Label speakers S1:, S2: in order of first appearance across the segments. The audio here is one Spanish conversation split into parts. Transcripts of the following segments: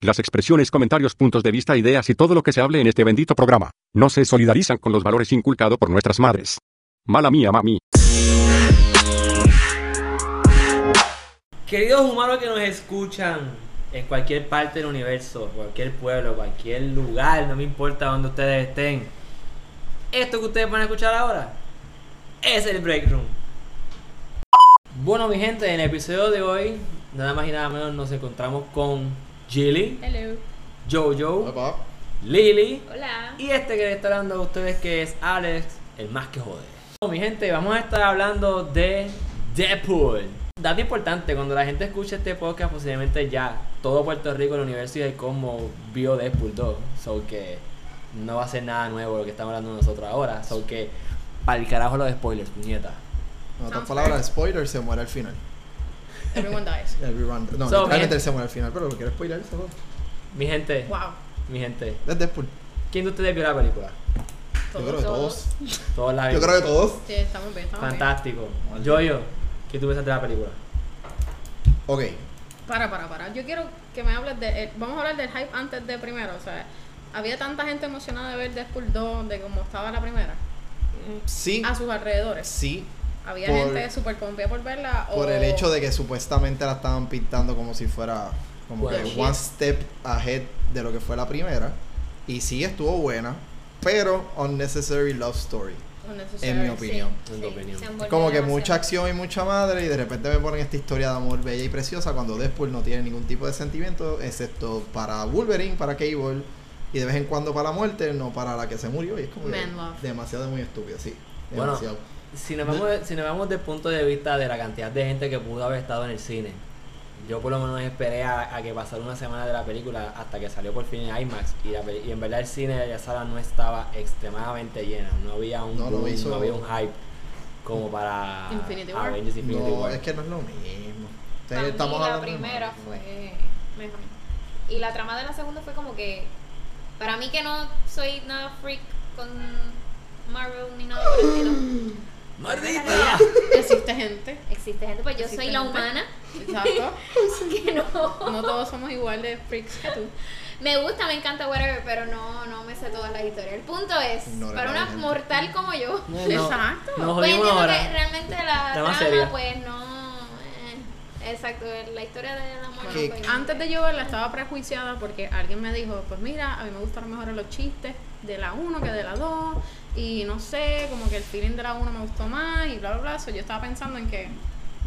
S1: Las expresiones, comentarios, puntos de vista, ideas y todo lo que se hable en este bendito programa, no se solidarizan con los valores inculcados por nuestras madres. Mala mía, mami.
S2: Queridos humanos que nos escuchan en cualquier parte del universo, cualquier pueblo, cualquier lugar, no me importa dónde ustedes estén. Esto que ustedes van a escuchar ahora es el Break Room. Bueno, mi gente, en el episodio de hoy, nada más y nada menos nos encontramos con Jilly,
S3: Hello.
S2: Jojo,
S4: Papá,
S2: Lily
S3: Hola.
S2: y este que le está hablando a ustedes que es Alex, el más que jode. Bueno, mi gente, vamos a estar hablando de Deadpool. Dato importante, cuando la gente escucha este podcast, posiblemente ya todo Puerto Rico, el universo y el cosmos vio Deadpool 2. So que no va a ser nada nuevo lo que estamos hablando nosotros ahora. So que para el carajo los spoilers, puñeta.
S4: en otras
S3: Sounds
S4: palabras, spoiler se muere al final.
S3: Everyone dies.
S4: Everyone, no,
S2: So,
S4: literalmente
S2: bien.
S4: él se muere al final, pero lo quiero spoiler, se va.
S2: Mi gente,
S3: Wow.
S2: mi gente,
S4: Es Deadpool.
S2: ¿quién de ustedes vio la película?
S4: Yo creo que todos.
S2: Todos la
S4: Yo
S2: vimos.
S4: creo que todos.
S3: Sí, estamos bien, estamos
S2: Fantástico. Jojo, ¿qué tú pensaste de la película?
S4: Ok,
S3: bien. Para, para, para. Yo quiero que me hables de. eh, vamos a hablar del hype antes de primero. O sea, había tanta gente emocionada de ver Deadpool 2, de cómo estaba la primera.
S4: sí,
S3: A sus alrededores.
S4: sí,
S3: Había
S4: Por-
S3: gente súper confiada por verla. O...
S4: por el hecho de que supuestamente la estaban pintando como si fuera como
S2: Bueno.
S4: que one step ahead de lo que fue la primera. Y sí, estuvo buena, pero unnecessary love story.
S3: Unnecessary,
S4: en mi opinión.
S2: En tu opinión.
S4: Como que mucha acción y mucha madre y de repente me ponen esta historia de amor bella y preciosa cuando Deadpool no tiene ningún tipo de sentimiento excepto para Wolverine, para Cable y de vez en cuando para la muerte, no para la que se murió y es como que
S3: Man love.
S4: demasiado muy estúpido, sí.
S2: Bueno.
S4: Demasiado.
S2: Si nos, vamos, si nos vamos desde el punto de vista de la cantidad de gente que pudo haber estado en el cine, yo por lo menos esperé a, a que pasara una semana de la película hasta que salió por fin en IMAX y, la peli- y en verdad el cine de la sala no estaba extremadamente llena, no había un,
S4: No lo
S2: boom,
S4: hizo-
S2: no había un hype como para
S3: Infinity War.
S2: Avengers Infinity
S4: No,
S2: War.
S4: es que no es lo mismo. Ustedes
S5: Para mí
S4: estamos
S5: la
S4: hablando de- pues.
S5: primera fue mejor. Y la trama de la segunda fue como que. Para mí, que no soy nada freak con Marvel ni nada por el estilo.
S2: ¡Maldita!
S3: Existe gente.
S5: Existe gente, pues yo soy la
S3: Existe gente.
S5: humana
S3: Exacto.
S5: que no.
S3: No todos somos igual de freaks que tú.
S5: Me gusta, me encanta, whatever, pero no, no me sé todas las historias. El punto es:
S4: Ignorar
S5: para
S4: a
S5: una
S4: la gente.
S5: mortal como yo,
S3: Exacto.
S2: Nos
S5: pues
S2: jodimos
S5: entiendo que
S2: ahora.
S5: realmente la
S2: Está más
S5: trama,
S2: seria.
S5: pues no. eh, exacto, la historia de la muerte.
S4: Que-
S5: pues,
S3: Antes de yo verla estaba prejuiciada porque alguien me dijo, pues mira, a mí me gustaron mejor los chistes de la 1 que de la 2 y no sé, como que el feeling de la 1 me gustó más y bla, bla, bla. So, yo estaba pensando en que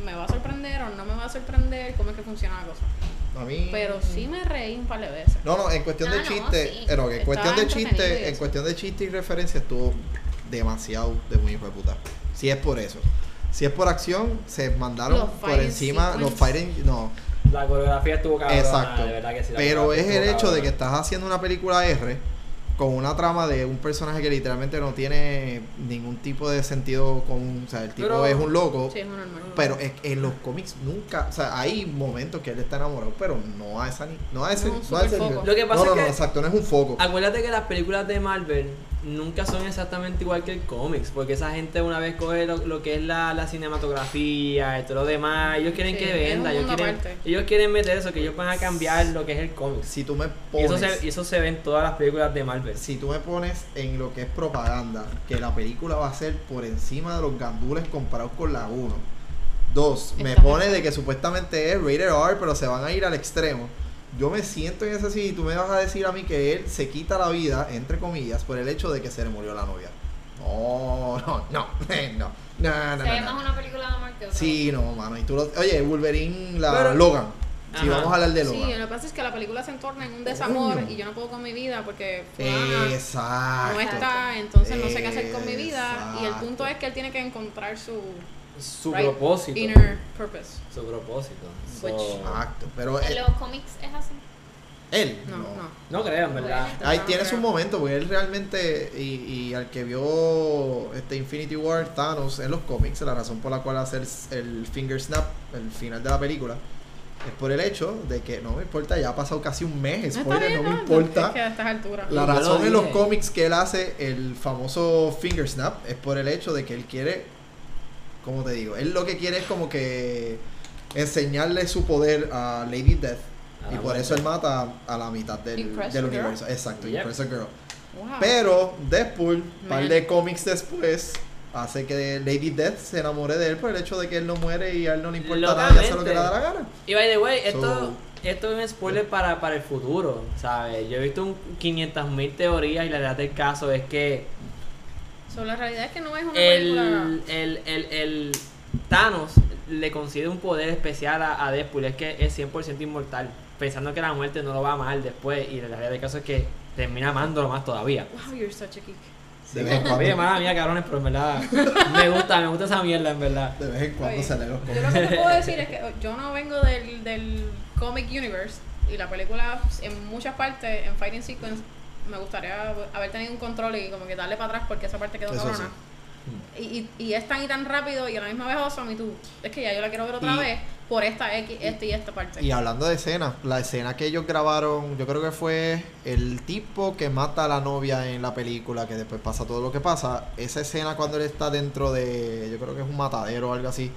S3: me va a sorprender o no me va a sorprender, cómo es que funciona la cosa.
S4: A mí-
S3: Pero sí me reí un par de veces.
S4: No, no, en cuestión
S5: Ah,
S4: de
S5: no,
S4: chiste,
S5: sí.
S4: pero que en
S3: Estaba
S4: cuestión de
S3: entretenido y
S4: chiste, en
S3: eso.
S4: cuestión de chiste y referencia estuvo demasiado de muy hijo de puta. Si es por eso. Si es por acción, se mandaron
S3: Los
S4: por
S3: fighting
S4: encima los
S3: sequence.
S4: fighting, no,
S2: La coreografía estuvo cabrona,
S4: exacto.
S2: de verdad que sí. la
S4: pero es
S2: coreografía
S4: el
S2: estuvo
S4: hecho de que
S2: cabrona.
S4: estás haciendo una película R con una trama de un personaje que literalmente no tiene ningún tipo de sentido común, o sea, el tipo
S2: Pero-
S4: es un loco,
S3: Sí, es un normal.
S4: pero es- en los cómics nunca, o sea, hay momentos que él está enamorado, pero no a esa ni- no a ese,
S3: No,
S4: no,
S3: un
S4: a ese
S3: superfoco.
S4: nivel.
S2: Lo que pasa
S4: no, no,
S2: es que-
S4: no, exacto, no es un foco.
S2: Acuérdate que las películas de Marvel nunca son exactamente igual que el cómics, porque esa gente una vez coge lo, lo que es la, la cinematografía y todo lo demás, ellos quieren
S3: Sí,
S2: que
S3: es un
S2: venda, ellos
S3: mundo
S2: quieren,
S3: aparte.
S2: ellos quieren meter eso, que ellos van a cambiar lo que es el cómics.
S4: Si tú me
S2: Y eso,
S4: pones,
S2: se, y eso se ve en todas las películas de Marvel.
S4: si tú me pones en lo que es propaganda, que la película va a ser por encima de los gandules comparados con la 1. Dos, me
S3: Está
S4: pone de que supuestamente es rated R, pero se van a ir al extremo. Yo me siento en ese sitio y tú me vas a decir a mí que él se quita la vida, entre comillas, por el hecho de que se le murió la novia. No, no, no, no, no, no,
S5: se ve
S4: no, no.
S5: más una película de amor que otra.
S4: Sí, no, mano. Y tú lo- oye, Wolverine, la
S2: Pero-
S4: Logan. Si
S2: Ajá.
S4: vamos a hablar de
S3: Sí,
S4: Logan.
S3: lo que pasa es que la película se entorna en un desamor
S4: Coño.
S3: y yo no puedo con mi vida porque fulana
S4: Exacto.
S3: no está, entonces no sé qué hacer con mi vida. Y el punto es que él tiene que encontrar su
S2: Su
S3: right,
S2: propósito.
S3: inner purpose.
S2: Su propósito. So-
S3: Which-
S4: Exacto, pero eh,
S5: En
S4: él,
S5: los cómics es así.
S4: él
S3: No,
S4: no.
S3: no.
S2: no creo, en verdad.
S4: Ahí
S3: No,
S4: tienes
S3: pero-
S4: un momento, porque él realmente, y, y al que vio este Infinity War Thanos en los cómics, la razón por la cual hace el, el finger snap, el final de la película, es por el hecho de que no me importa, ya ha pasado casi un mes,
S3: No está
S4: spoiler,
S3: bien,
S4: no me
S3: no, Es
S4: importa.
S3: que a estas alturas.
S4: La
S2: Yo lo
S4: razón en los
S2: dije.
S4: cómics que él hace el famoso finger snap es por el hecho de que él quiere, como te digo, él lo que quiere es como que enseñarle su poder a Lady Death
S2: A
S4: Y
S2: la
S4: por
S2: muerte.
S4: eso él mata a la mitad del,
S3: Impressor
S4: del
S3: Girl.
S4: universo. Exacto,
S2: Yep.
S4: Impressor Girl.
S3: Wow.
S4: Pero Deadpool, un par
S3: Man.
S4: de cómics después, hace que Lady Death se enamore de él por el hecho de que él no muere y a él no le importa nada, ya hace lo que le da la gana.
S2: Y by the way, esto,
S4: So-
S2: esto es un spoiler para, para el futuro, ¿sabes? Yo he visto un 500.000 teorías y la verdad del caso es que
S3: So, la realidad es que no es una
S2: el,
S3: película.
S2: el, el, el Thanos le concede un poder especial a, a Deadpool, es que es 100% inmortal, pensando que la muerte no lo va a amar después y la realidad del caso es que termina amándolo más todavía.
S3: Wow, you're such a geek.
S4: De vez en cuando,
S2: Oye, mala mía, cabrones, pero en verdad me gusta, me gusta esa mierda, en verdad.
S4: de vez en cuando
S3: Oye,
S4: se lee los
S3: Yo
S4: cómics.
S3: lo que te puedo decir es que oh, yo no vengo del, del comic universe y la película en muchas partes, en Fighting Sequence, me gustaría haber tenido un control y como que darle para atrás porque esa parte quedó
S4: Eso
S3: cabrona. Y, y, y es tan y tan rápido y a la misma vez awesome y tú, es que ya yo la quiero ver otra
S4: Y-
S3: vez por esta X, esta y esta parte.
S4: Y hablando de escenas, la escena que ellos grabaron, yo creo que fue el tipo que mata a la novia en la película, que después pasa todo lo que pasa. Esa escena cuando él está dentro de, yo creo que es un matadero o algo así,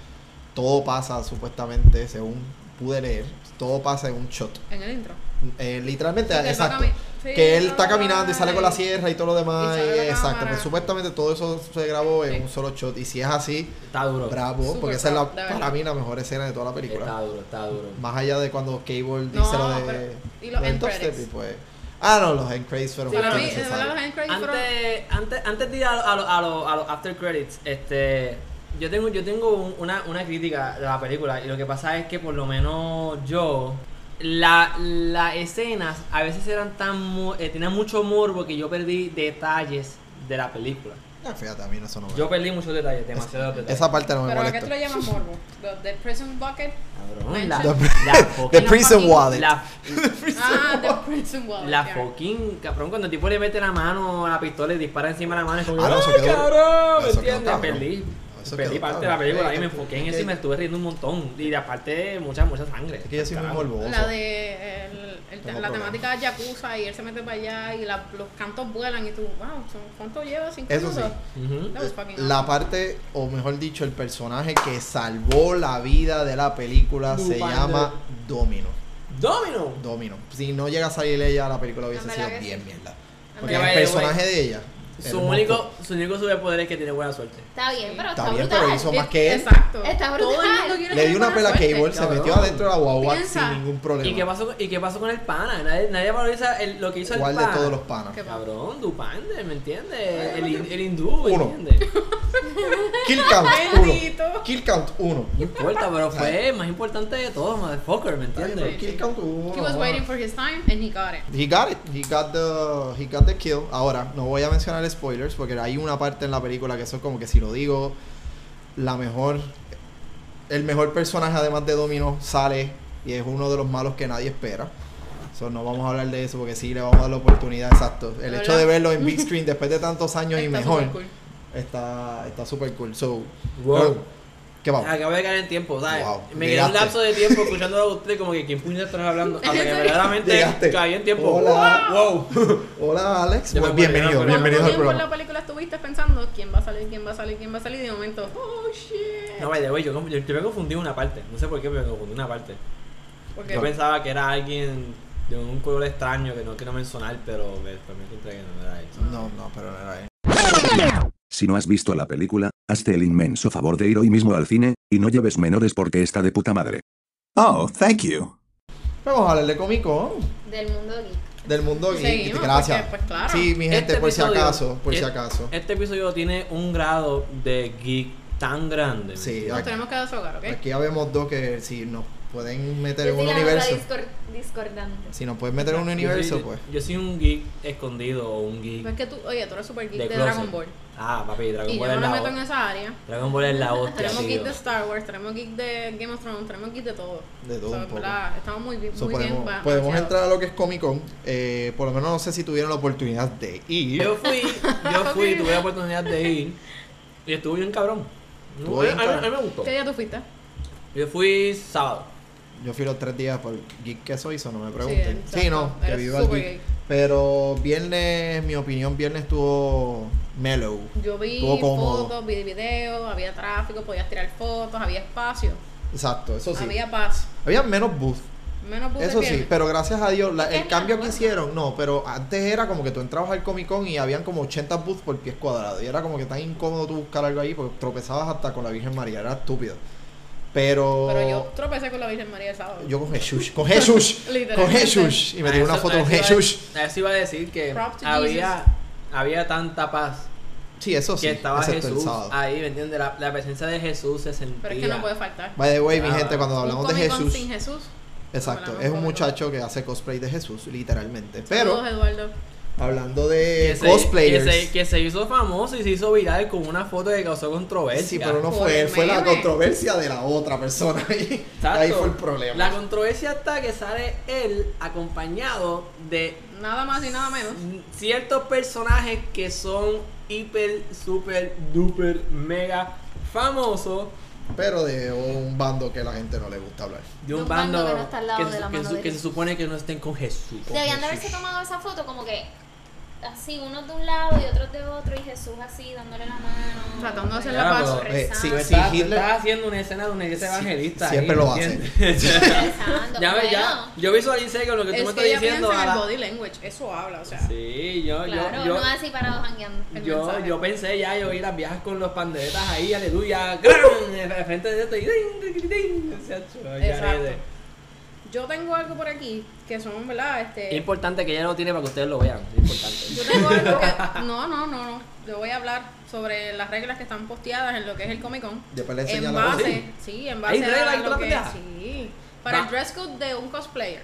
S4: todo pasa supuestamente, según pude leer, todo pasa en un shot.
S3: en el intro.
S4: Eh, literalmente,
S3: Sí, que él va
S4: exacto.
S3: cami- Sí,
S4: Que él está
S3: ay.
S4: caminando y sale con la sierra y todo lo demás.
S3: Y
S4: y-
S3: sale la
S4: exacto,
S3: cámara.
S4: pues supuestamente todo eso se grabó en
S3: Sí.
S4: un solo shot. Y si es así,
S2: Está duro.
S4: bravo,
S3: Súper
S4: porque esa es
S3: bravo,
S4: la,
S3: de verdad.
S4: para mí la mejor escena de toda la película.
S2: Está duro, está duro.
S4: Más allá de cuando Cable dice
S3: No,
S4: lo de.
S3: pero- y los
S4: lo del
S3: end
S4: top
S3: credits.
S4: step y pues. Ah, no, los end credits fueron
S3: Sí, para
S4: justo
S3: mí, de verdad,
S4: necesarios.
S3: los end credits fueron-
S2: Antes, antes, antes de ir a los a lo- a lo- a lo after credits, este, yo tengo, yo tengo un- una, una crítica de la película y lo que pasa es que por lo menos yo, la- las escenas a veces eran tan, mu- eh, tenían mucho morbo que yo perdí detalles de la película.
S4: Ah, fíjate, a mí no, eso no me-
S2: Yo perdí muchos detalles, demasiados detalles.
S4: Esa parte no me
S3: Pero ¿a qué tú
S4: molesta.
S3: le llamas morbo? The, the Prison Bucket.
S2: Cabrón, la,
S3: The-
S2: la
S4: The
S2: fucking-
S3: la
S4: Prison
S3: fucking-
S4: Wallet.
S2: la-
S3: ah, The Prison Bucket.
S2: la fucking, cabrón, cuando el tipo le mete la mano a la pistola y dispara encima de la mano, es como,
S4: Ah, no, eso
S2: ¡ay,
S4: quedó-
S2: cabrón! ¿Me
S4: eso quedó
S2: entiendes?
S4: cabrón.
S2: Perdí,
S4: Eso
S2: perdí
S4: quedó
S2: parte de la
S4: cabrón.
S2: película
S4: Ey,
S2: y me
S4: que-
S2: enfoqué en
S4: que-
S2: eso y me estuve riendo un montón. Y aparte, mucha, mucha sangre.
S4: Es que yo soy muy
S2: Carajo.
S4: morboso.
S3: La de el- el-
S4: Tengo
S3: la
S4: problemas.
S3: temática de Yakuza y él se mete para allá y la- los cantos vuelan y tú, wow, son- ¿cuánto lleva? ¿Cinco
S4: Eso
S3: minutos?
S4: sí.
S2: Ujú.
S3: That was fucking
S4: La
S3: awesome.
S4: parte, o mejor dicho, el personaje que salvó la vida de la película se
S2: Lupin
S4: llama Domino.
S2: ¡Domino!
S4: Domino. Si no llega a salir ella, la película hubiese
S5: En
S4: sido
S5: verdad que
S4: bien
S5: sí.
S4: mierda.
S3: En
S4: Porque
S2: verdad
S4: el
S2: que-
S4: personaje de ella.
S2: Su
S4: hermoso.
S2: único, su único superpoder es que tiene buena suerte.
S5: Está bien, pero
S4: Está
S5: está,
S4: bien,
S5: brutal.
S4: pero hizo más que él.
S3: Exacto.
S5: Está
S3: Todo el
S5: brutal.
S3: mundo quiere
S4: Le dio
S3: tener
S4: una
S3: buena
S4: pela a
S3: suerte.
S4: Cable, se
S2: cabrón.
S4: metió adentro de la guagua
S3: Piensa.
S4: sin ningún problema.
S2: ¿Y qué pasó con, y qué pasó con el pana? Nadie, nadie valoriza el- lo que hizo
S4: Igual
S2: el
S4: de
S2: pana.
S4: todos los panas.
S3: Qué
S2: Cabrón, Dupande, ¿me entiendes? El, hin- el hindú, ¿me
S4: Uno.
S2: entiendes?
S4: Kill Count 1.
S3: Bendito.
S4: Kill Count 1.
S2: No importa, pero fue más importante de todo, motherfucker, ¿me entiendes?
S4: Kill Count 1.
S3: He was waiting for his time and he got it.
S4: He got it. He got the he got the kill. Ahora, no voy a mencionar spoilers porque hay una parte en la película que eso es como que si lo digo la mejor el mejor personaje además de Domino sale y es uno de los malos que nadie espera. So, no vamos a hablar de eso porque sí le vamos a dar la oportunidad, exacto. El
S3: ¿Verdad?
S4: hecho de verlo en big screen después de tantos años y
S3: Está
S4: mejor
S3: super cool.
S4: está está super cool. So,
S2: Wow.
S4: ¿qué vamos?
S2: Acabo de caer en tiempo, ¿sabes?
S4: Wow,
S2: me quedé un
S4: llegaste.
S2: lapso de tiempo escuchándolo a usted como que quién puño estás hablando. Hasta que
S4: Llegaste.
S2: verdaderamente caí en tiempo.
S4: Hola.
S2: Wow.
S4: Hola, Alex.
S2: Ya me acuerdo,
S4: Pues,
S2: ya
S4: bienvenido,
S2: me acuerdo.
S4: bienvenido al
S3: ¿Cuánto tiempo en
S4: programa.
S3: la película estuviste pensando quién va a salir, quién va a salir, quién va a salir? Y de momento, oh shit.
S2: No, by the way, yo, yo, yo me confundí en una parte. No sé por qué, pero me confundí en una parte.
S3: Porque
S2: Yo pensaba que era alguien de un color extraño que no quiero mencionar, pero me, pero me encontré que no era eso.
S4: No, no, pero no era él.
S6: Si no has visto la película, hazte el inmenso favor de ir hoy mismo al cine, y no lleves menores porque está de puta madre.
S7: Oh, thank you.
S4: Vamos a hablar de cómico
S5: Del mundo geek.
S4: del mundo geek.
S3: Seguimos,
S4: Gracias.
S3: porque, pues, claro. Eh,
S4: Sí, mi gente,
S2: Este
S4: por si
S2: episodio-
S4: acaso, por si
S2: es-
S4: acaso.
S2: Este episodio tiene un grado de geek tan grande. ¿me
S4: Sí,
S2: entiendes?
S3: nos
S4: aquí,
S3: tenemos que deshogar, ¿ok?
S4: aquí habemos dos que si nos pueden meter
S5: Yo
S4: en un
S5: soy la nota
S4: universo.
S5: discor- discordante.
S4: Si nos pueden meter en un universo,
S2: yo soy,
S4: pues.
S2: Yo soy un geek escondido o un geek
S3: Pero Pues es que tú, oye, tú eres super geek
S2: de
S3: de,
S2: closet.
S3: Dragon Ball.
S2: Ah, papi, Dragon
S3: Y yo
S2: Ball
S3: no
S2: es
S3: me
S2: la
S3: meto en
S2: hostia.
S3: esa área.
S2: Dragon Ball es la hostia,
S3: Tenemos geek
S2: tío.
S3: de Star Wars, tenemos geek de Game of Thrones, tenemos geek de todo.
S4: De todo
S3: So,
S4: un
S3: en
S4: poco.
S3: verdad, Estamos muy, bien- muy
S4: So,
S3: bien.
S4: podemos,
S3: ba-
S4: podemos
S3: balanceados.
S4: entrar a lo que es Comic Con. Eh, por lo menos no sé si tuvieron la oportunidad de ir.
S2: Yo fui, yo fui, tuve la oportunidad de ir y estuve bien cabrón.
S4: Estuvo
S2: A mí-
S4: bien
S2: a mí- a mí
S4: cabrón.
S2: me gustó.
S3: ¿Qué día tú fuiste?
S2: Yo fui sábado.
S4: Yo fui los tres días por geek que soy, eso no me pregunten. Sí,
S3: exacto.
S4: no, que
S3: Eres
S4: viva el
S3: super
S4: geek.
S3: geek.
S4: Pero viernes, mi opinión, viernes estuvo mellow.
S3: Yo vi
S4: Estuvo cómodo.
S3: fotos, vi videos, había tráfico, podías tirar fotos, había espacio,
S4: Exacto, eso sí.
S3: había paz.
S4: Había menos booth.
S3: Menos bus de
S4: Eso sí,
S3: piernas.
S4: pero gracias a Dios, la-
S5: Es que
S4: el
S5: es
S4: cambio que
S5: nuevo.
S4: hicieron, no, pero antes era como que tú entrabas al Comic Con y habían como 80 booths por pies cuadrados. Y era como que tan incómodo tú buscar algo ahí porque tropezabas hasta con la Virgen María, era estúpido. Pero.
S3: Pero yo tropecé con la Virgen María el sábado.
S4: yo con Jesús, con Jesús, con
S3: Literalmente.
S4: Jesús. Y me
S2: A
S4: tiré una
S2: eso-
S4: foto
S2: a
S4: con
S2: eso iba-
S4: Jesús.
S2: A eso iba a decir que
S3: Prop to
S2: había, había tanta paz
S4: Sí, eso Oh, sí,
S2: que estaba
S4: excepto el
S2: Jesús Ah.
S4: sábado.
S2: ahí, ¿me entiendes? La, la presencia de Jesús se sentía.
S3: pero es que no puede faltar.
S4: By the way, mi
S2: Ah.
S4: gente, cuando hablamos
S3: Un
S4: de
S3: Comic Con
S4: Jesús,
S3: sin Jesús.
S4: exacto,
S3: Hablamos
S4: es
S3: Comic
S4: un
S3: Con.
S4: muchacho que hace cosplay de Jesús, literalmente. Pero
S3: Saludos, Eduardo.
S4: hablando
S2: que
S4: de
S2: se-
S4: Eh, cosplayers,
S2: Que se, que se hizo famoso y se hizo viral con una foto que causó controversia.
S4: Pues Sí, pero no
S3: Por
S4: fue
S3: el
S4: él, fue la
S3: meme.
S4: controversia de la otra persona. Ahí,
S2: Exacto.
S4: ahí fue el problema.
S2: La controversia está que sale él acompañado de
S3: Nada más y nada menos.
S2: ciertos personajes que son hiper, super, duper, mega famosos
S4: Pero de un bando que la gente no le gusta hablar.
S2: de un,
S5: De un
S2: bando,
S5: bando que no está al lado
S2: que,
S5: de
S2: se-
S5: la
S2: que
S5: mano
S2: su- que
S5: derecha.
S2: se supone que no estén con Jesús. con
S5: Debían de haberse
S2: Jesús.
S5: tomado esa foto como que así, unos de un lado y otros de otro, y Jesús así dándole la mano.
S3: Tratando de hacer
S2: la paz.
S5: Rezando.
S4: Eh, sí,
S2: Tú
S4: sí.
S2: estás, tú
S4: Hitler-
S2: estás haciendo una escena de una iglesia evangelista.
S4: siempre
S2: ahí,
S4: lo
S2: ¿me
S4: hace.
S2: entiendes?
S5: Rezando.
S2: ya, ve, ya,
S5: Bueno,
S2: yo visualicé con lo que tú me
S3: Es
S2: estás
S3: que ella
S2: diciendo.
S3: piensa en
S2: a
S3: el
S2: la-
S3: body language. Eso habla, o sea.
S2: Sí, yo,
S5: Claro,
S2: yo,
S5: no
S2: yo,
S5: así parados jangueando.
S3: el
S2: Yo,
S3: mensaje.
S2: yo pensé ya, yo vi las viejas con los panderetas ahí, aleluya, gran, de frente de esto y ding, ding, ding, o sea, yo ya
S3: Exacto.
S2: de-
S3: Yo tengo algo por aquí que son, ¿verdad?
S2: Es
S3: Este.
S2: importante que ella lo tiene para que ustedes lo vean, es importante.
S3: Yo tengo algo que. No, no, no, no. Yo voy a hablar sobre las reglas que están posteadas en lo que es el Comic Con.
S4: Después le enseña
S3: En
S4: la voz.
S3: base, sí, en base
S2: ¿Hay reglas
S3: a
S2: y toda
S3: lo
S2: la
S3: que
S2: pendeja?
S3: sí. Para
S2: Va.
S3: el dress code de un cosplayer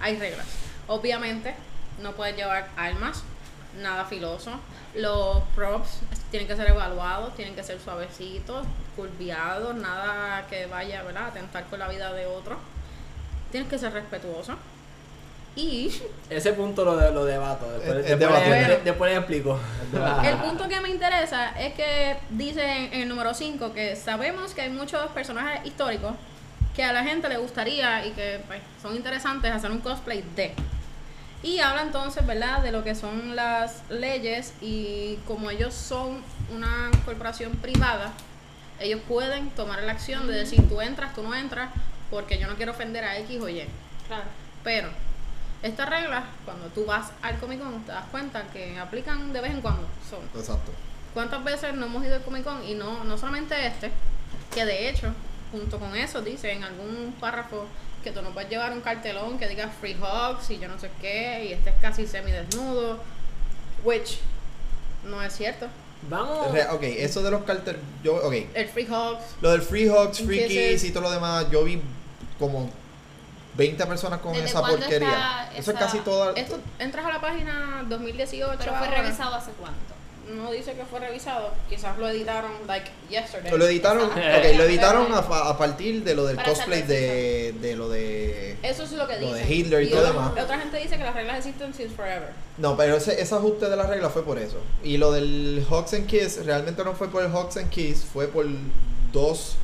S3: hay reglas. Obviamente no puedes llevar armas, nada filoso. Los props tienen que ser evaluados, tienen que ser suavecitos, curviados, nada que vaya, ¿verdad? a atentar con la vida de otro. Tienes que ser respetuoso. Y
S2: Ese punto lo, de, lo debato, después,
S4: Es- es
S2: después, le-
S4: debatible.
S2: de- después le explico.
S3: El punto que me interesa es que dice en, en el número 5 que sabemos que hay muchos personajes históricos que a la gente le gustaría y que pues, son interesantes hacer un cosplay de. Y habla entonces, ¿verdad?, de lo que son las leyes y como ellos son una corporación privada, ellos pueden tomar la acción de decir tú entras, tú no entras, porque yo no quiero ofender a X o Y.
S5: Claro.
S3: Pero estas reglas, cuando tú vas al Comic Con, te das cuenta que aplican de vez en cuando. Son,
S4: Exacto.
S3: ¿Cuántas veces no hemos ido al Comic Con? Y no, no solamente este, que de hecho, junto con eso, dice en algún párrafo que tú no puedes llevar un cartelón que diga free hugs y yo no sé qué, y este es casi semidesnudo, which no es cierto.
S2: Vamos.
S4: Re- ok, eso de los carteles. Yo, ok.
S3: El free hugs,
S4: Lo del Free Hawks,
S3: ¿En
S4: Free
S3: qué
S4: Kiss
S3: se-
S4: y todo lo demás, yo vi como 20 personas con
S5: ¿Desde
S4: esa
S5: cuándo
S4: porquería.
S5: está
S4: Eso es
S5: esa-
S4: casi toda.
S3: esto entras a la página 2018,
S5: Pero fue
S3: ahora,
S5: revisado hace cuánto.
S3: no dice que fue revisado, quizás lo editaron like yesterday.
S4: Lo editaron,
S2: Exacto.
S4: ok, lo editaron a, fa- a partir de lo del
S5: Para
S4: cosplay
S5: hacerlo
S4: de, de lo de.
S3: Eso es lo que
S4: Lo de
S3: dicen.
S4: Hitler y todo
S3: otra-
S4: demás.
S3: Otra gente dice que las reglas existen since forever.
S4: No, pero ese, ese ajuste de la regla fue por eso. Y lo del Hawks and Kiss realmente no fue por el Hawks and Kiss, fue por dos.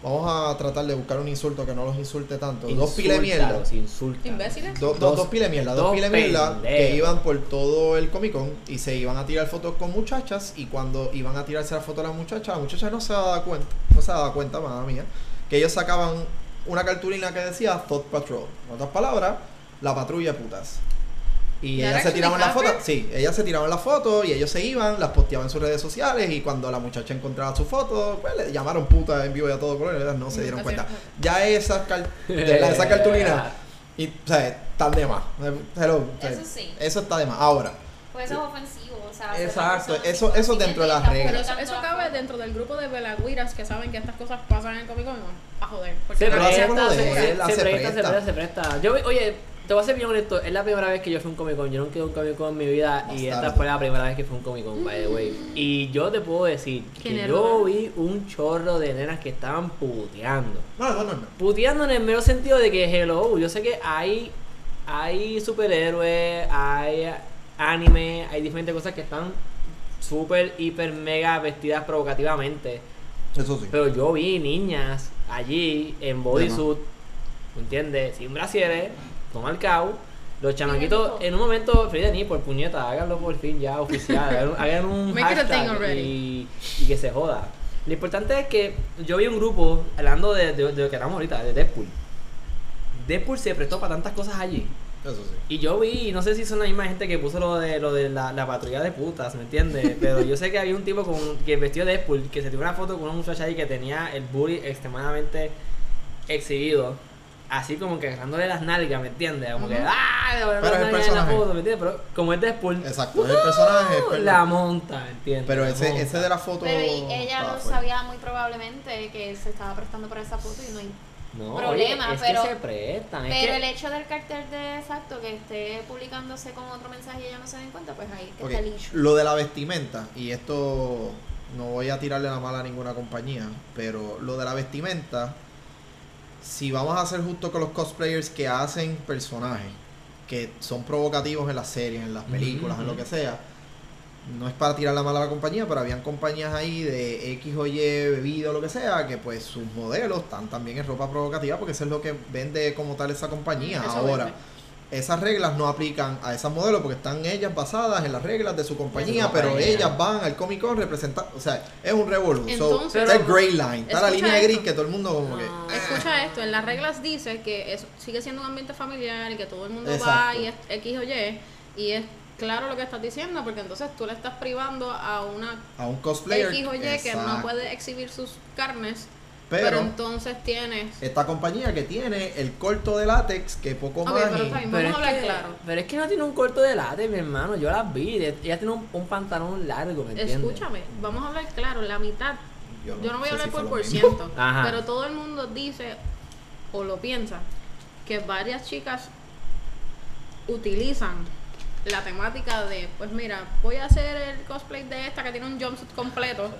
S4: Vamos a tratar de buscar un insulto que no los insulte tanto. dos pile de mierda.
S2: Insúltalos, insúltalos.
S3: Imbéciles.
S4: Do- do-
S2: Dos-
S4: dos pile mierda, dos
S2: dos
S4: pile mierda que
S2: pendejos.
S4: iban por todo el Comic Con y se iban a tirar fotos con muchachas y cuando iban a tirarse la foto a las muchachas, la muchacha no se daba cuenta, no se daba cuenta, madre mía, que ellos sacaban una cartulina que decía Thought Patrol. En otras palabras, la patrulla de putas. Y
S3: ¿That
S4: ellas se
S3: actually
S4: tiraban las fotos,
S3: happened?
S4: sí, ellas se tiraban las fotos y ellos se iban, las posteaban en sus redes sociales y cuando la muchacha encontraba su foto, pues le llamaron puta en vivo y a todo color, y ellas no se dieron
S3: Nunca se
S4: cuenta. Ya esas, car- de la- esas cartulinas y, o sea, están de más. Hello, o sea,
S5: Eso sí.
S4: Eso está de más. Ahora,
S5: Pues eso es ofensivo, o sea.
S4: Exacto,
S5: hacer
S4: eso-
S5: una persona
S4: eso
S5: sin
S4: dentro de las
S5: ética,
S4: reglas.
S3: Pero
S5: publicando
S3: eso, eso
S5: la
S3: cabe
S5: foto.
S3: dentro del grupo de velagüiras que saben que estas cosas pasan en el Comic Con. A joder.
S2: Se
S3: Porque
S4: pero
S3: no
S4: hace
S2: presta,
S3: hacen
S4: como
S3: nada
S2: se,
S4: de
S3: segura.
S4: él,
S2: se
S4: hace
S2: presta, se
S4: presta.
S2: presta, se presta. Yo, oye, te voy a ser bien honesto, es la primera vez que yo fui a un Comic Con, yo nunca he ido a un Comic Con en mi vida y
S4: Bastardo.
S2: esta fue la primera vez que fui a un Comic Con, by the way. Y yo te puedo decir
S3: Qué
S2: que
S3: nerdo.
S2: yo vi un chorro de nenas que estaban puteando.
S4: no, no, no, no.
S2: Puteando en el mero sentido de que, hello, yo sé que hay, hay superhéroes, hay anime, hay diferentes cosas que están súper, hiper, mega vestidas provocativamente.
S4: Eso sí.
S2: Pero yo vi niñas allí en bodysuit, ¿me entiendes? Sin brasieres, eh, con marcao. Los chamaquitos,
S5: Miguelito.
S2: en un momento, Frida ni por puñeta, háganlo por fin ya oficial. hagan, hagan un
S3: Make it a thing
S2: hashtag
S3: already.
S2: y, y que se joda. Lo importante es que yo vi un grupo, hablando de, de, de lo que hablamos ahorita, de Deadpool. Deadpool se prestó para tantas cosas allí.
S4: Eso sí.
S2: Y yo vi, no sé si son la misma gente que puso lo de lo de la, la patrulla de putas, ¿me entiendes? Pero yo sé que había un tipo con que vestido de Deadpool que se tiró una foto con una muchacha ahí que tenía el booty extremadamente exhibido. Así como que agarrándole las nalgas, ¿me entiendes? Como que
S3: Ujú.
S2: ¡ah! Le
S4: Pero es
S2: las
S4: el
S2: nalgas en la
S4: personaje.
S2: foto, ¿me entiendes? Pero como es Deadpool,
S4: Exacto, es el personaje. es
S2: ¡uh!
S4: per-
S2: la monta, ¿me entiendes?
S4: pero
S2: La
S4: ese,
S2: monta.
S4: ese de Ah, pues. la foto.
S5: Pero y ella
S4: estaba
S5: lo
S4: fuerte.
S5: sabía muy probablemente que se estaba prestando por esa foto y no hay.
S2: No,
S5: problema,
S2: oye, es
S5: pero-
S2: que se prestan, es
S5: Pero
S2: que-
S5: el hecho del cartel de exacto que esté publicándose con otro mensaje y ella no se den cuenta, pues ahí es que
S4: Ok,
S5: está el issue.
S4: Lo de la vestimenta, y esto no voy a tirarle la mala a ninguna compañía, pero lo de la vestimenta, si vamos a ser justos con los cosplayers que hacen personajes, que son provocativos en las series, en las películas, en lo
S2: ujú.
S4: que sea, no es para tirar la mala a la compañía, pero habían compañías ahí de X o Y, bebida o lo que sea, que pues sus modelos están también en ropa provocativa, porque eso es lo que vende como tal esa compañía
S3: Eso
S4: ahora
S3: vende.
S4: esas reglas no aplican a esas modelos porque están ellas basadas en las reglas de su compañía,
S2: De su
S4: pero
S2: compañía.
S4: ellas van al Comic Con representando, o sea, es un revolución.
S3: Entonces-
S4: está el gray line, está la
S3: Escucha
S4: línea gris
S3: esto. Ah.
S4: que todo el mundo como que
S2: No.
S3: Escucha esto, en las reglas dice que es- sigue siendo un ambiente familiar y que todo el mundo va
S4: Exacto.
S3: y es X o Y y es claro lo que estás diciendo porque entonces tú le estás privando a una
S4: a un cosplayer
S3: X o Y que no
S4: exacto.
S3: puede exhibir sus carnes, pero,
S4: Pero
S3: entonces tienes...
S4: esta compañía que tiene el corto de látex que poco
S3: Ok,
S4: más
S3: pero
S4: y-
S3: está bien.
S2: Pero
S3: Vamos
S2: es,
S3: a hablar
S2: que,
S3: claro.
S2: pero es que no tiene un corto de látex, mi hermano. Yo las vi. de- Ella tiene un, un pantalón largo, ¿me entiendes?
S3: Escúchame, vamos a hablar claro, la mitad, yo no voy a
S4: sé
S3: hablar
S4: si fue
S3: por
S4: lo
S3: por
S4: mismo.
S3: ciento,
S2: Ajá.
S3: pero todo el mundo dice o lo piensa que varias chicas utilizan la temática de, pues mira, voy a hacer el cosplay de esta que tiene un jumpsuit completo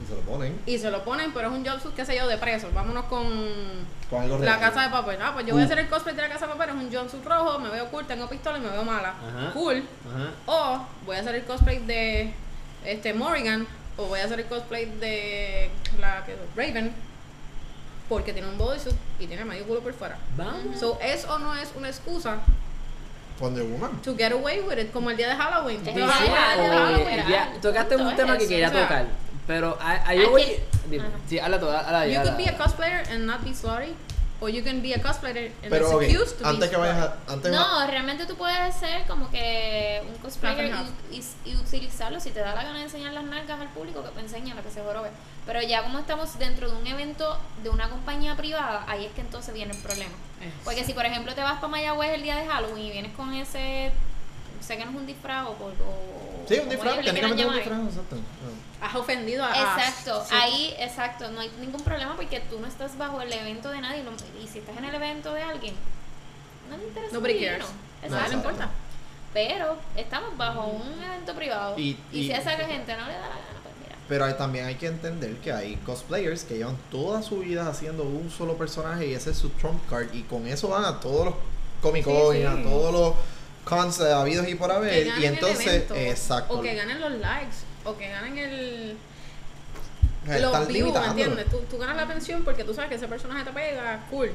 S4: Y se lo ponen
S3: y se lo ponen, pero es un jumpsuit, qué sé yo, de preso. Vámonos con
S4: con algo
S3: la
S4: real.
S3: casa de papel. Ah, pues yo
S4: Uh.
S3: voy a hacer el cosplay de la casa de papel, es un jumpsuit rojo, me veo cool, tengo pistola y me veo mala.
S2: Ajá.
S3: Cool.
S2: Ajá.
S3: O voy a hacer el cosplay de este Morrigan. O voy a hacer el cosplay de la que- Raven. Porque tiene un bodysuit y tiene medio culo por fuera.
S2: Vamos.
S3: So, eso no es una excusa
S4: Wonder Woman.
S3: to get away with it, como el día de Halloween.
S5: Es
S3: Yo,
S5: real,
S3: "Ay,
S5: ya,
S3: el día de
S5: ya,
S2: Oye,
S3: Halloween".
S5: ya,
S2: eh, ya, tocaste un
S5: Todo
S2: tema que
S5: eso,
S2: quería
S3: o sea,
S2: tocar. Pero a, a yo
S5: aquí-
S2: voy. dime.
S5: Ajá.
S2: Sí, habla toda. Habla ya,
S3: You could
S2: habla.
S3: be a cosplayer and not be sorry. Or you can be a cosplayer and
S4: Pero ok,
S3: it's excuse to be
S4: antes que vayas a, antes
S5: No, realmente tú puedes ser como que un cosplayer
S3: Half and
S5: y, y- y utilizarlo. Si te da la gana de enseñar las nalgas al público, que te enseñen lo que se jorobe. Pero ya como estamos dentro de un evento de una compañía privada, ahí es que entonces viene el problema. Porque si, por ejemplo, te vas para Mayagüez el día de Halloween y vienes con ese. Sé que no es un disfraz o. o-
S4: sí, un
S5: como
S4: disfraz,
S5: ellos le quieran
S4: técnicamente un
S5: llamar.
S4: disfraz, Ah, exacto.
S3: Has ofendido a. a-
S5: Exacto,
S3: sí.
S5: ahí, exacto, no hay ningún problema porque tú no estás bajo el evento de nadie lo- y si estás en el evento de alguien, no le interesa. un
S3: Nobody
S5: pepino.
S3: cares.
S5: Exacto.
S3: Nada le importa.
S5: Pero estamos bajo un evento privado y,
S4: Y- y-
S5: si a esa gente no le da la gana, pues mira.
S4: Pero hay- también hay que entender que hay cosplayers que llevan toda su vida haciendo un solo personaje y ese es su trump card. Y con eso van a todos los Comic Con y a todos los cons eh, habidos y por
S3: que
S4: haber.
S3: ganen
S4: Y
S3: el
S4: entonces,
S3: evento,
S4: exacto.
S3: O que ganen los likes, o que ganen el,
S4: o sea,
S3: los
S4: están
S3: views, ¿me
S4: Pues, limitándolo.
S3: entiendes? Tú, tú ganas la atención porque tú sabes que ese personaje te pega, cool.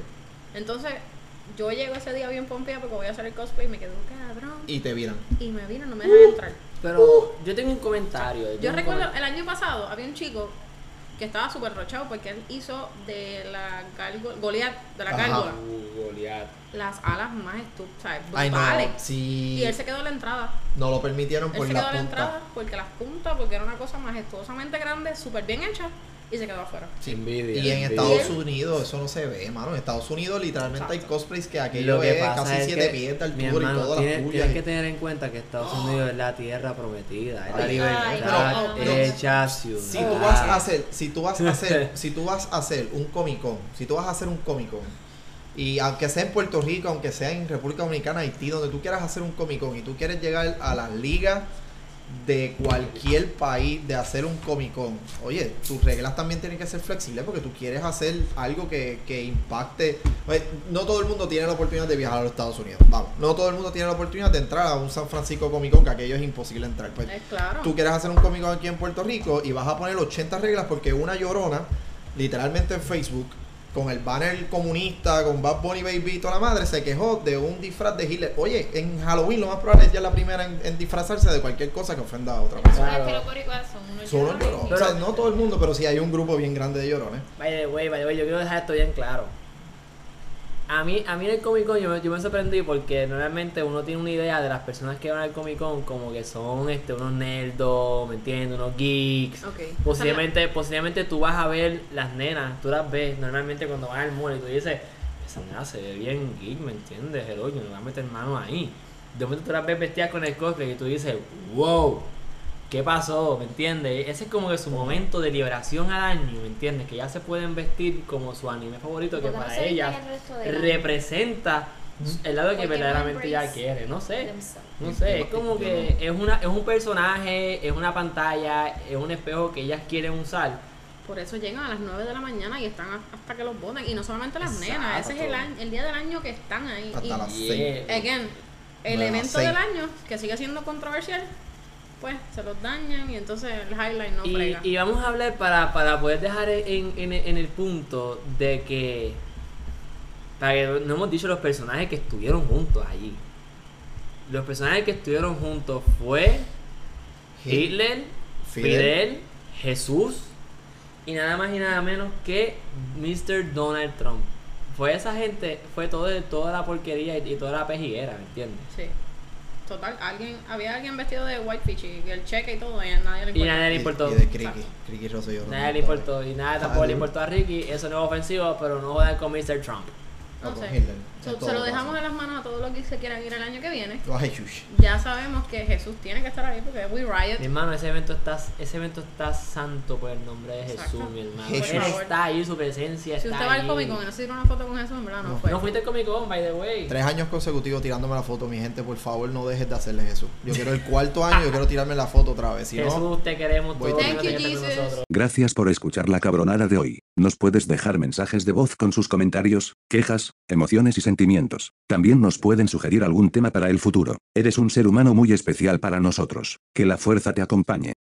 S3: Entonces, yo llego ese día bien pompeada porque voy a hacer el cosplay y me quedo cabrón. Y,
S4: Y te viran.
S3: me vino, no me dejan entrar.
S2: Pero yo tengo un comentario.
S3: Yo
S2: tengo un
S3: recuerdo
S2: comen-
S3: el año pasado había un chico que estaba súper rochado porque él hizo de la gárgola, Goliath, de la
S4: Ajá.
S3: gárgola,
S2: Uh, Goliat.
S3: las alas más estúpidas,
S4: Ay, no.
S3: Pues vale.
S4: Sí.
S3: Y él se quedó en la entrada.
S4: No lo permitieron
S3: Él
S4: por
S3: se
S4: la
S3: quedó a la
S4: punta.
S3: entrada porque las puntas, porque era una cosa majestuosamente grande, súper bien hecha, y se quedó afuera.
S4: Sí.
S2: Envidia,
S4: Y en
S2: envidia.
S4: Estados Unidos eso no se ve, mano. En Estados Unidos literalmente hay cosplays que aquello
S2: Lo que
S4: es
S2: pasa
S4: casi
S2: es
S4: 7
S2: que,
S4: pies de
S2: mi
S4: altura
S2: hermano,
S4: y todas las
S2: tienes,
S4: pullas.
S2: tienes que
S4: y-
S2: tener en cuenta que Estados Unidos es la tierra prometida, es la
S4: Ay,
S2: libertad
S4: pero- pero-
S2: hecha ciudad.
S4: Si tú vas
S2: Ah.
S4: a hacer, si tú vas a hacer, si tú vas a hacer un Comic Con, si tú vas a hacer un Comic Con, y aunque sea en Puerto Rico, aunque sea en República Dominicana, Haití, donde tú quieras hacer un Comic Con y tú quieres llegar a las ligas de cualquier país de hacer un Comic Con, oye, tus reglas también tienen que ser flexibles porque tú quieres hacer algo que, que impacte. Oye, no todo el mundo tiene la oportunidad de viajar a los Estados Unidos, vamos, no todo el mundo tiene la oportunidad de entrar a un San Francisco Comic Con, que aquello es imposible entrar. Pues,
S3: Es claro.
S4: tú quieres hacer un cómic Con aquí en Puerto Rico y vas a poner 80 reglas porque una llorona, literalmente en Facebook, con el banner comunista, con Bad Bunny Baby y toda la madre, se quejó de un disfraz de Hitler. Oye, en Halloween lo más probable es ya la primera en, en disfrazarse de cualquier cosa que ofenda a otra persona.
S5: Eso
S2: Claro.
S5: es que los boricuas son unos
S4: Son unos
S5: llorones.
S4: llorones. O sea, no todo el mundo, pero sí hay un grupo bien grande de llorones.
S2: By the way, by the way, yo quiero dejar esto bien claro. A mí, a mí en el Comic Con yo, me- yo me sorprendí porque normalmente uno tiene una idea de las personas que van al Comic Con como que son este unos nerdos, ¿me entiendes? Unos geeks.
S3: Ok.
S2: Posiblemente, posiblemente tú vas a ver las nenas, tú las ves normalmente cuando vas al mall y tú dices, esa nena se ve bien geek, ¿me entiendes? El hoyo, no voy a meter mano ahí. De momento tú las ves vestidas con el cosplay y tú dices, wow, ¿qué pasó? ¿Me entiendes? Ese es como que su momento de liberación al año, ¿me entiendes? Que ya se pueden vestir como su anime favorito, que
S5: Porque no
S2: para
S5: se ve
S2: ellas
S5: el resto de la-
S2: representa el lado que
S5: Porque no
S2: verdaderamente ella
S5: embrace
S2: quiere, no sé.
S5: themselves.
S2: No sé, es como que es, una, es un personaje, es una pantalla, es un espejo que ellas quieren usar.
S3: Por eso llegan a las 9 de la mañana y están a- hasta que los botan. Y no solamente las
S2: Exacto.
S3: nenas, ese es el, año- el día del año que están ahí.
S4: Hasta
S3: y,
S4: las
S2: Y
S4: seis.
S2: es-
S3: again, el
S4: Nueve a
S3: evento
S4: seis.
S3: del año, que sigue siendo controversial, pues se los dañan y entonces el highlight no
S2: Y,
S3: frega.
S2: y vamos a hablar para, para poder dejar en, en- en el punto de que. Para que no hemos dicho los personajes que estuvieron juntos allí. Los personajes que estuvieron juntos fue Hitler, Fidel,
S4: Fidel.
S2: Jesús y nada más y nada menos que Mr. Donald Trump. Fue esa gente, fue todo, toda la porquería y, y toda la pejiguera, ¿me entiendes?
S3: Sí. Total, alguien, había alguien vestido de whitefish y el cheque y todo, y a nadie le
S2: Y
S3: importa.
S2: nadie le
S4: Y-
S2: importó.
S4: Y de Criqui. Criqui Rosselló. no
S2: Nadie le
S4: importaba.
S2: importó y nada tampoco le importó a Ricky. Eso no es ofensivo, pero no jodan con Mr. Trump.
S3: No
S4: Ah, con
S3: sé.
S4: Hitler.
S3: So,
S4: Es todo
S3: se lo
S4: pasa.
S3: dejamos en las manos a todos los que se quieran ir el año que viene.
S4: Ay, shush.
S3: Ya sabemos que Jesús tiene que estar ahí porque we riot.
S2: Mi hermano, ese evento está, ese evento está santo por el nombre de Jesús,
S3: Exacto.
S2: mi hermano.
S4: Jesús.
S2: Él está ahí, su presencia
S3: Si
S2: está
S3: usted va al
S2: ahí.
S3: Comic Con y no se tira una foto con Jesús, en verdad no,
S4: No.
S3: fue.
S2: No fuiste al Comic Con, by the way.
S4: Tres años consecutivos tirándome la foto, mi gente, por favor no dejes de hacerle eso. Yo quiero el cuarto año, yo quiero tirarme la foto otra vez. Si
S2: Jesús,
S4: no,
S2: te queremos
S4: voy
S2: todos.
S4: a-
S2: no te
S3: Thank you,
S2: queremos
S3: Jesus.
S2: nosotros.
S6: Gracias por escuchar la cabronada de hoy. Nos puedes dejar mensajes de voz con sus comentarios, quejas, emociones y sentimientos. También nos pueden sugerir algún tema para el futuro. Eres un ser humano muy especial para nosotros. Que la fuerza te acompañe.